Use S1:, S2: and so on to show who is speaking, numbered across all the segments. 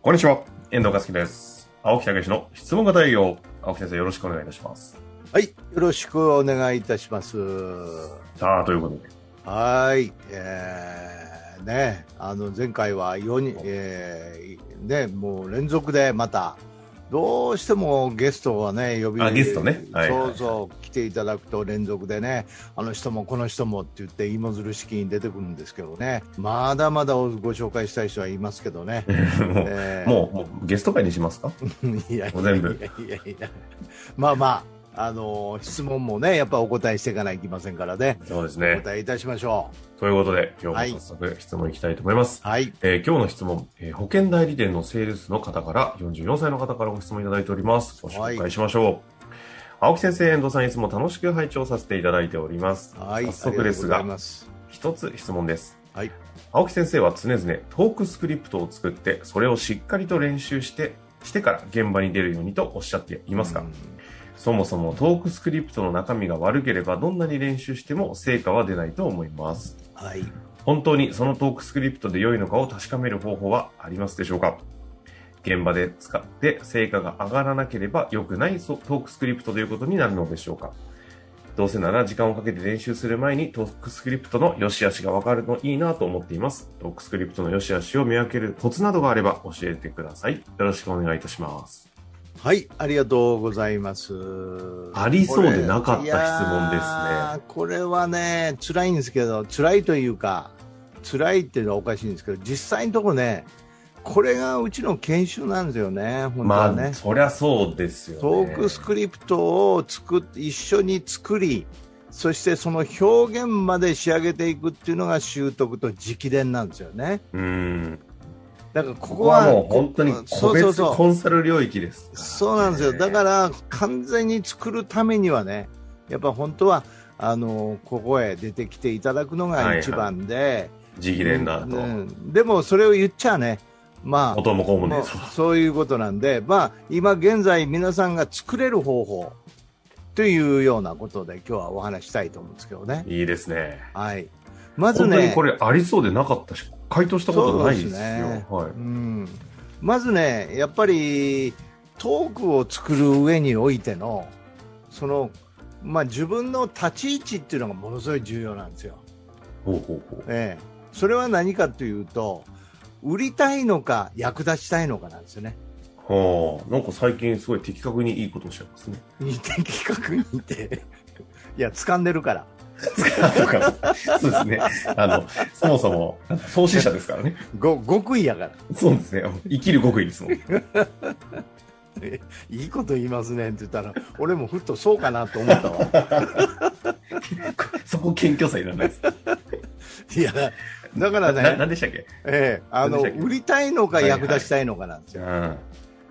S1: こんにちは、遠藤和樹です。青木武の質問型営業、青木先生よろしくお願いいたします。
S2: はい、よろしくお願いいたします。
S1: さあ、ということで、
S2: はい、えー、ね、あの前回は4人、えー、ね、もう連続でまた。どうしてもゲストはね、呼び。
S1: あゲストねはい
S2: そうそう、来ていただくと連続でね、あの人もこの人もって言って芋づる式に出てくるんですけどね。まだまだご紹介したい人はいますけ どね。
S1: もう、
S2: えー
S1: もう、もうゲスト会にしますか
S2: いやい
S1: も
S2: や
S1: う全
S2: い
S1: 部
S2: やいやいやまあまあ、あのー質問もね、やっぱお答えしていかないといけませんからね。
S1: そうです
S2: お
S1: ね。
S2: 答えいたしましょ
S1: ということで、今日も早速質問いきたいと思います。
S2: う。はい。
S1: えー今日の質問、えー保険代理店のセールスの方から、44歳の方からご質問いただいております。ご紹介しましょう。青木先生、遠藤さん、いつも楽しく拝聴させていただいております。
S2: はい。
S1: 早速です
S2: あ
S1: が
S2: りとうござい、ます。
S1: 一つ質問です。
S2: はい。
S1: 青木先生は常々トークスクリプトを作ってそれをしっかりと練習してしてから現場に出るようにとおっしゃっていますが、
S2: うん
S1: そもそもトークスクリプトの中身が悪ければどんなに練習しても成果は出ないと思います
S2: はい。
S1: 本当にそのトークスクリプトで良いのかを確かめる方法はありますでしょうか現場で使って成果が上がらなければ良くないそトークスクリプトということになるのでしょうかどうせなら時間をかけて練習する前にトークスクリプトの良し悪しが分かるのいいなと思っています。トークスクリプトの良し悪しを見分けるコツなどがあれば教えてください。よろしくお願いいたします。
S2: はい。ありがとうございます。
S1: ありそうでなかった質問ですね
S2: これいやーこれはね、辛いんですけど、辛いというか、辛いっていうのはおかしいんですけど、実際のところね、これがうちの研修なんですよね、本当
S1: ま
S2: は
S1: あ、
S2: ね。
S1: そりゃそうですよね。
S2: トークスクリプトを作って一緒に作りそしてその表現まで仕上げていくっていうのが習得と直伝なんですよね
S1: うん。
S2: だからこ
S1: こ
S2: こ
S1: こは
S2: は
S1: もう本当に個
S2: そうそう
S1: 別コ
S2: そう
S1: ンサル領域ですからね、
S2: そうなんですよだから完全に作るためにはねやっぱ本当はあのここへ出てきていただくのが一番で、
S1: 直伝だと、
S2: うんでもそれを言っちゃねまあ
S1: 元も子も
S2: も
S1: ね
S2: うそういうことなんで、まあ、今現在皆さんが作れる方法というようなことで今日はお話したいと思うんですけどね。
S1: いいですね
S2: はい。まず
S1: 本当に
S2: ね、
S1: これありそうでなかったし回答したことないですよ
S2: そうですね
S1: はい
S2: うん、まずね、やっぱりトークを作る上においての、その、まあ自分の立ち位置っていうのがものすごい重要なんですよ。
S1: ほうほうほう
S2: ええ。それは何かというと、売りたいのか役立ちたいのかなんですよね。
S1: はあ、なんか最近すごい的確にいいことをおっしゃいます ね。
S2: 似て企画に似て。いや、掴んでるから。
S1: そうですね。あの、そもそも、創始者ですからね。
S2: ご極意やから
S1: そうですね。生きる極意ですもん。
S2: いいこと言いますねって言ったら俺もふっとそうかなと思ったわ
S1: そこ謙虚さいらないです。
S2: いやだから
S1: なな
S2: ね、
S1: んでしたっけ
S2: ええ、あ
S1: 何
S2: の
S1: でしたっけ
S2: 売りたいのか
S1: はいはい
S2: 役立ちたいのかなんですよ、
S1: うん。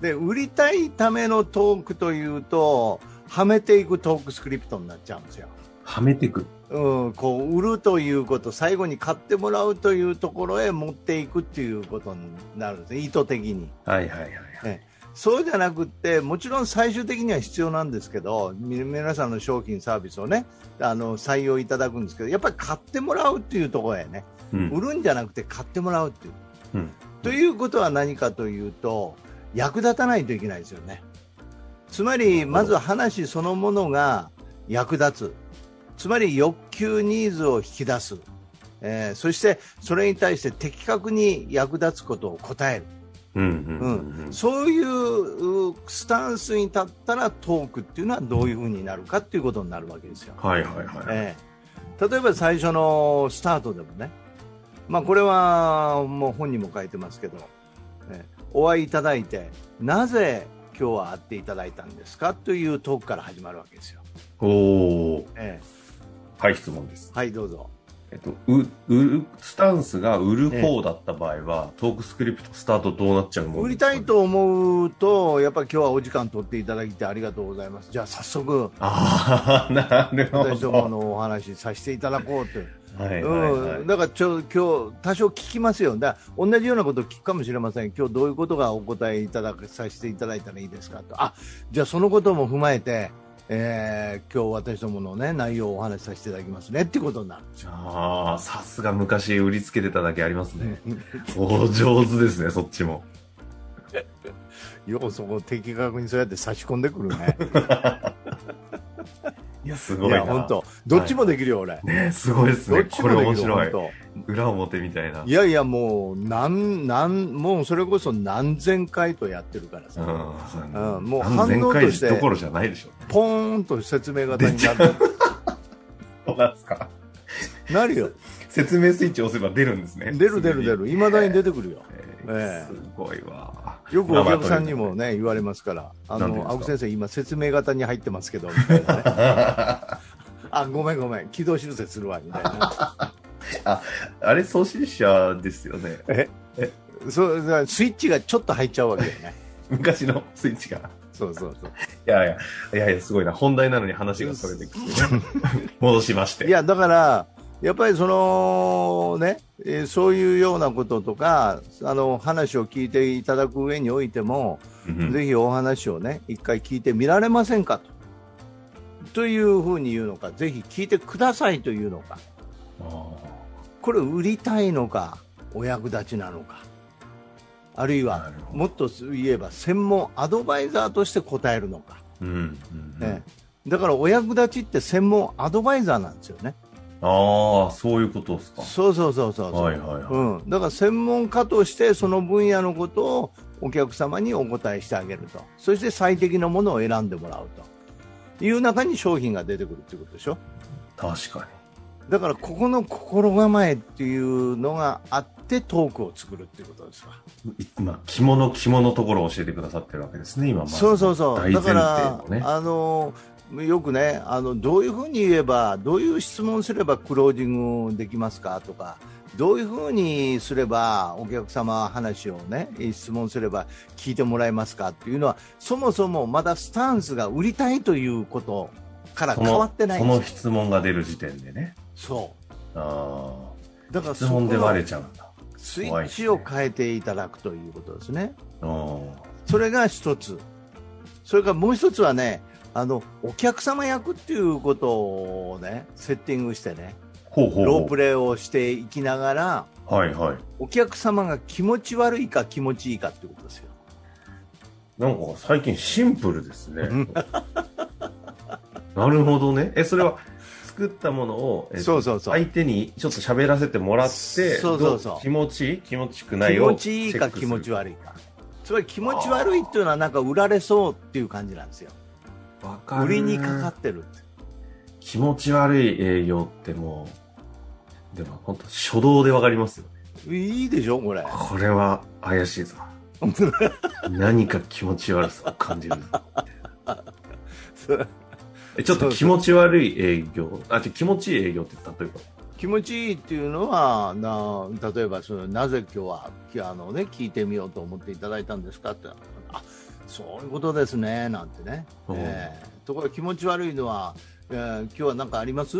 S2: で売りたいためのトークというとはめていくトークスクリプトになっちゃうんですよ、
S1: はめてく。
S2: うん、こう売るということ最後に買ってもらうというところへ持っていくっていうことになるんですね意図的に
S1: はいはいはい。
S2: そうじゃなくって、もちろん最終的には必要なんですけど、み皆さんの商品、サービスをね、あの採用いただくんですけど、やっぱり買ってもらうっていうところやね、
S1: うん。
S2: 売るんじゃなくて買ってもらうっていう。
S1: うん
S2: ということは何かというと、役立たないといけないですよね。つまり、まず話そのものが役立つ。つまり欲求ニーズを引き出す。えーそして、それに対して的確に役立つことを答える。
S1: うんうんうんうん。
S2: そういううスタンスに立ったらトークっていうのはどういうふうになるかっていうことになるわけですよ。
S1: はいはいはい。
S2: ええ、例えば最初のスタートでもね、まあ、これはもう本にも書いてますけど、ええお会いいただいてなぜ今日は会っていただいたんですかというトークから始まるわけですよ。
S1: おー。
S2: え
S1: はい、質問です
S2: え。はいどうぞ
S1: えっと、う売るスタンスが売る方だった場合は、トークスクリプトスタートどうなっちゃうもん
S2: 売
S1: で
S2: り
S1: すか
S2: た
S1: ね
S2: いと思うとやっぱり今日はお時間取っていただいてありがとうございますじゃあ早速
S1: ああ なるほ
S2: 私ども
S1: ど
S2: のお話しさせていただこうという
S1: はいはいはい
S2: うん、だからちょ今日多少聞きますよ、だから同じようなこと聞くかもしれません、今日どういうことがお答えいただくさせていただいたらいいですかと、あじゃあそのことも踏まえて、えー、今日私どもの、ね、内容をお話しさせていただきますねっていうことになるんですよ。
S1: ああさすが昔売りつけてただけありますねお上手ですねそっちも
S2: ようそこ的確にそうやって差し込んでくるね。
S1: いや、す
S2: い
S1: ごい
S2: や、
S1: な。
S2: 本当どっちもできるよ、俺。
S1: ね、すごいです
S2: ど
S1: ね。
S2: っち
S1: こ
S2: も
S1: れ
S2: できる
S1: 面白い。
S2: 本
S1: 裏表みたいな。
S2: 当いやいや、もう、なん、なん、もうそれこそ何千回とやってるから
S1: うん
S2: さ、
S1: うん
S2: うんもう
S1: 何千
S2: 反応と
S1: 回
S2: して
S1: どころじゃないでしょ。
S2: ポーンと説明型になる。
S1: そうなんですか。
S2: なるよ。
S1: 説明スイッチ押せば出るんですね。
S2: 出る出る出
S1: る。
S2: る。いまだに出てくるよ。
S1: え
S2: え
S1: ー
S2: え
S1: すごいわ。
S2: よくお客さんに
S1: ま
S2: もね、言われますから、あ
S1: なんでです
S2: の、
S1: か
S2: 青木先生、今説明型に入ってますけど、みたいなね。
S1: あ
S2: あ、ごめんごめん、軌道修正するわ、みたいな。
S1: あれ、送信者ですよね。
S2: そう、だからスイッチがちょっと入っちゃうわけよ ね。
S1: 昔のスイッチが。
S2: そうそうそう。
S1: いやいや、いやいや、すごいな。本題なのに話がそれて きて、戻しまして。
S2: いや、だから、やっぱりそのね、えーそういうようなこととか、あの、話を聞いていただく上においても、
S1: うん、
S2: ぜひお話をね、一回聞いてみられませんかと。というふうに言うのか、ぜひ聞いてくださいというのか、
S1: あー
S2: これ売りたいのか、お役立ちなのか、あるい
S1: な
S2: は
S1: るほど
S2: もっと言えば専門アドバイザーとして答えるのか、
S1: うんうん
S2: ねだからお役立ちって専門アドバイザーなんですよね。
S1: ああ、そういうことですか。
S2: そうそうそうそうそう。
S1: はいはいはい。
S2: うん、だから専門家としてその分野のことをお客様にお答えしてあげるとそして最適なものを選んでもらうという中に商品が出てくるってことでしょ
S1: 確か
S2: だからここの心構えっていうのがあってトークを作るっていうことですわ
S1: に。いまあ、着物、着物のところを教えてくださってるわけですね、今まず
S2: そうそうそう
S1: 大前
S2: だ
S1: 提
S2: から
S1: の、ね。
S2: あのよくねあのどういうふうに言えばどういう質問すればクロージングできますかとかどういうふうにすればお客様は話をね質問すれば聞いてもらえますかっていうのはそもそもまだスタンスが売りたいということから
S1: そ
S2: 変
S1: の
S2: わってない
S1: そ
S2: ん
S1: の
S2: ですよ
S1: 質問が出る時点でね。
S2: そ
S1: あ
S2: うだから
S1: あ。質
S2: そこ
S1: 問で割
S2: の
S1: れちゃうんだ。
S2: スイッチを変えていただくということですね。
S1: うん
S2: それが一つ。それからもう一つはね、あの、お客様役っていうことをね、セッティングしてね、
S1: ほうほうほう。
S2: ロープレイをしていきながら、
S1: はいはい。
S2: お客様が気持ち悪いか気持ちいいかっていうことですよ。
S1: なんか最近シンプルです ね。なるほどね。え、それは作ったものを、えっと
S2: そうそうそう。
S1: 相手にちょっと喋らせてもらって、
S2: そうそうそう
S1: ど気持ちいい気持ちよくな
S2: 気
S1: いを
S2: 持ちいいか気持ち
S1: は
S2: 悪いか。つまり気持ち悪いっていうのはなんか売られそうっていう感じなんですよ。売りにかかってるって。
S1: 気持ち悪い営業ってもう、でも本当初動でわかりますよ。
S2: いいでしょ これ。
S1: これは怪しいぞ。何か気持ち悪さを感じる。えちょっと気持ち悪い営業、あ、じゃあ気持ちいい営業って例えば。
S2: 気持ちいいっていうのはな例えばそのなぜ今日はきあの、ね、聞いてみようと思っていただいたんですかってあそういうことですねなんてね、
S1: うん
S2: ええところが気持ち悪いのは、えー今日は何かあります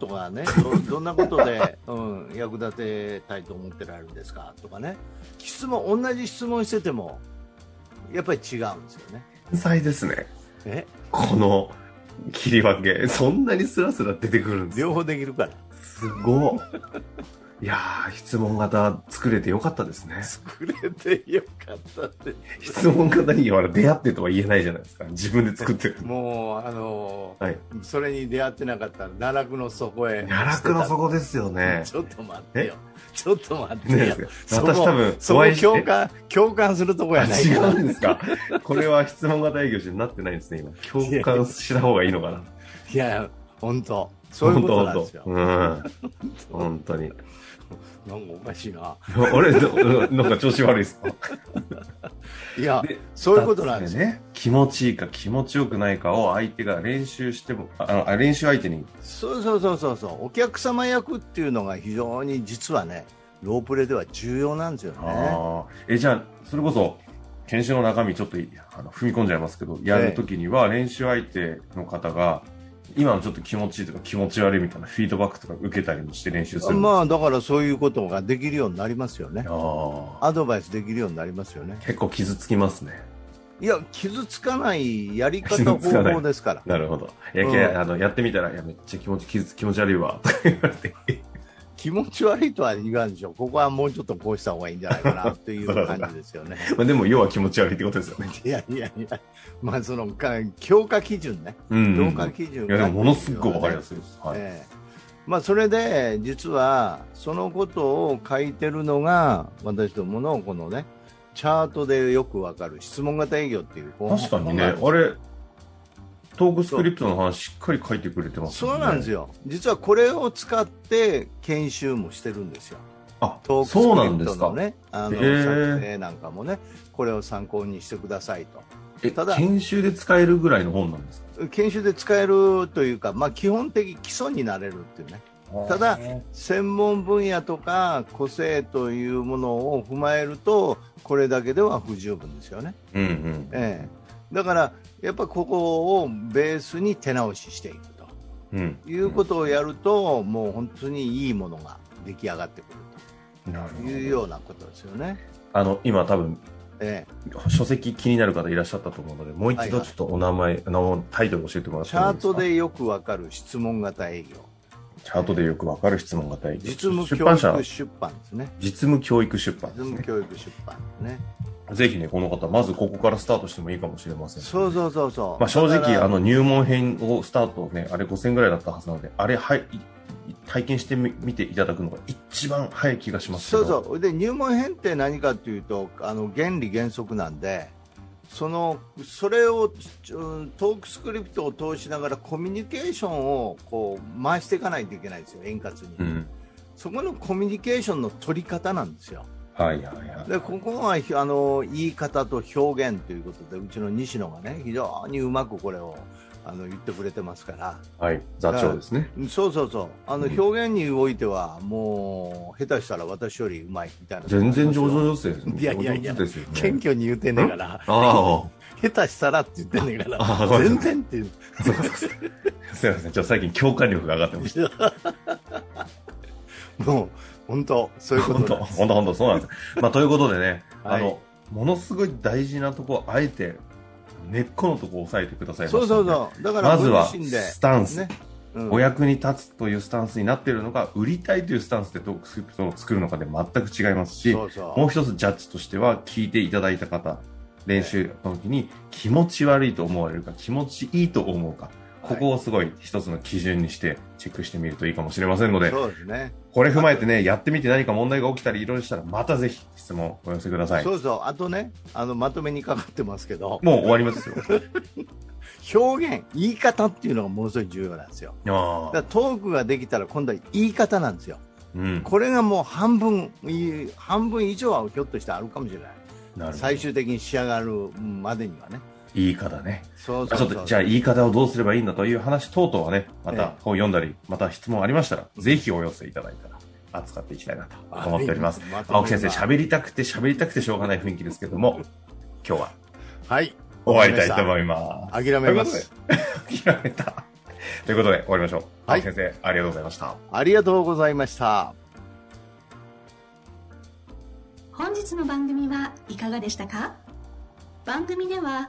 S2: とかねど どんなことで、うん、役立てたいと思ってられるんですかとかね質問同じ質問しててもやっぱり違うんですよね。
S1: 天才ですね。
S2: え
S1: この切り分け。そんなにスラスラ出てくるんですよ
S2: 両方できるから
S1: すごっいやー、質問型作れてよかったですね。
S2: 作れてよかったって
S1: 質問型には出会ってとは言えないじゃないですか。自分で作ってる。
S2: もうあのー
S1: はい。
S2: それに出会ってなかったら奈落の底へ
S1: 奈落の底ですよね。
S2: ちょっと待ってよちょっと待って
S1: ね
S2: よ、そこ
S1: 私多分
S2: そ
S1: お
S2: こ
S1: 会いして
S2: 共感共感するとこやない
S1: 違
S2: か
S1: うんですかこれは質問型営業者になってないんですね、今。共感した方がいいのかな。
S2: いや本当そういうことなんですよ
S1: 本当本当うん。本当に。
S2: なんかおかしいな
S1: あれど なんか調子悪いですか
S2: いや
S1: で
S2: そういうことなんですよ、
S1: ね。気持ちいいか気持ちよくないかを相手が練習しても、ああ練習相手に
S2: そうそうそうそうそうお客様役っていうのが非常に実はねロープレでは重要なんですよね
S1: ああ、え、じゃあ、それこそ、研修の中身ちょっといあの踏み込んじゃいますけど、やるときには練習相手の方が、今のちょっと気持ちいいとか気持ち悪いみたいなフィードバックとか受けたりもして練習する。あ
S2: まあだからそういうことができるようになりますよね
S1: あ
S2: アドバイスできるようになりますよね
S1: 結構傷つきますね。
S2: いや傷つかないやり方
S1: 傷つか
S2: 方
S1: ない
S2: 法ですから
S1: なるほど。いや、
S2: うん
S1: けあのやってみたら、いや、めっちゃ気持ち、気気持ち悪いわ、とか言われて。
S2: 気持ち悪いとは言わんでしょう、ここはもうちょっとこうした方がいいんじゃないかなという
S1: そうだね
S2: 感じですよね。
S1: まあ、でも、要は気持ち悪いってことですよね。
S2: いやいやいや、まあそのか強化基準ね、
S1: うん、うん。
S2: 強
S1: い
S2: 化基準
S1: や、でも、ものすごくわ
S2: 分
S1: かりやすいです。はい。
S2: ええまあ、それで実はそのことを書いてるのが私どものこのねチャートでよくわかる質問型営業っていう
S1: 確かにね、あ
S2: 本が
S1: れ、トークスクリプトの話しっかり書いてくれてます
S2: そうなんです
S1: よ。
S2: よ実はこれを使って研修もしてるんですよ
S1: あ、
S2: トークス
S1: そうなん
S2: クリ
S1: で
S2: プト
S1: す
S2: の
S1: か。
S2: ねあの
S1: へえ
S2: 作成なんかもねこれを参考にしてくださいと
S1: え、
S2: ただ
S1: 研修で使えるぐらいの本なんですか
S2: 研修で使えるというか、まあ、基本的基礎になれるっていうねただ専門分野とか個性というものを踏まえるとこれだけでは不十分ですよね、
S1: うんうん。
S2: ええ、だからやっぱここをベースに手直ししていく
S1: うん。
S2: ということをやると、もう本当にいいものが出来上がってく
S1: なる
S2: るというようなことですよね。
S1: あの、今多分、
S2: ええ、
S1: 書籍気になる方いらっしゃったと思うので、もう一度ちょっとお名前、あの、タイトル教えてもらって
S2: チ
S1: もい
S2: ャ
S1: い
S2: ー
S1: ですか
S2: ト。でよくわかる質問型営業
S1: チャートでよくわかる質問型営業
S2: 実務
S1: 出
S2: 教
S1: 版社
S2: 育、出版ですね
S1: 実務教育出版
S2: 実
S1: です
S2: 務
S1: ね。
S2: 教育出版ですね
S1: ぜひね、この方、まずここからスタートしてもいいかもしれません。
S2: そうそうそうそう、
S1: まあ、正
S2: だか
S1: 直、
S2: ら
S1: あの、入門編をスタートね、あれ5000ぐらいだったはずなので、あれ、はい、い体験してみ見ていただくのが一番早い気がしますけ
S2: そ
S1: ど。
S2: うそうで入門編って何かというとあの原理原則なんでそのそれをちょトークスクリプトを通しながらコミュニケーションをこう回していかないといけないんですよ円滑に、
S1: うん。
S2: そこのコミュニケーションの取り方なんですよ
S1: はいはいはい。
S2: でここはひあの言い方と表現ということでうちの西野がね非常にうまくこれをあの言ってくれてますから
S1: はい。座長ですね。
S2: そうそうそうあの
S1: うん
S2: 表現においてはもう下手したら私よりうまいみたいな
S1: 全然上手ですよね。
S2: いやいやいや
S1: 上手ですよね。
S2: 謙虚に言うてんね んから、
S1: あ
S2: 下手したらって言ってんねんか
S1: ああ
S2: ら、
S1: ごめんな
S2: 全
S1: さ
S2: 然っていう。
S1: あ、そうそうそうすいません。ちょっと最近共感力が上がってまし
S2: もう、 本当、そう
S1: た。
S2: いうこ
S1: 本
S2: と
S1: 当、
S2: なんです。
S1: 本当、本当、そうなん です。まあ、ということでね、
S2: はい
S1: あの、ものすごい大事なとこ、あえて、根っこのとこを押さえてくださいましたね
S2: そうそうそう。だから、
S1: まずは、
S2: ご自身で
S1: スタンス。
S2: ね。うん
S1: お役に立つというスタンスになっているのか、売りたいというスタンスでトークスクリプトを作るのかで全く違いますし、
S2: そうそう。
S1: もう一つジャッジとしては、聞いていただいた方、練習の時に気持ち悪いと思われるか、気持ちいいと思うか、ここをすごい一つの基準にしてチェックしてみるといいかもしれませんので、
S2: そうですね。
S1: これ踏まえてね、やってみて何か問題が起きたりいろいろしたら、またぜひ質問お寄せください。
S2: そうそう。あとね、あの、まとめにかかってますけど、
S1: もう終わり ますよ。
S2: 表現、言い方っていうのがものすごい重要なんですよ。
S1: あ
S2: だか
S1: ー
S2: らトークができたら今度は言い方なんですよ。
S1: うん。
S2: これがもう半分、いい半分以上はひょっとしてあるかもしれない。
S1: なるほど。
S2: 最終的に仕上がるまでにはね。
S1: 言い方ね。
S2: そうそ
S1: ち
S2: うそ
S1: ょ
S2: う
S1: っとじゃあ言い方をどうすればいいんだという話等々はね、ま
S2: ええ
S1: た本読んだり、また質問ありましたら、ぜひお寄せいただいたら扱っていきたいなと思っております。
S2: はい
S1: 青木先生、喋りたくて喋りたくてしょうがない雰囲気ですけども、今日は
S2: はい。
S1: 終わりたいと思います。
S2: 諦めます。
S1: 諦めた。ということで終わりましょう。
S2: は
S1: 青
S2: い
S1: 木先生、ありがとうございました。
S2: ありがとうございました。
S3: 本日の番組はいかがでしたか番組では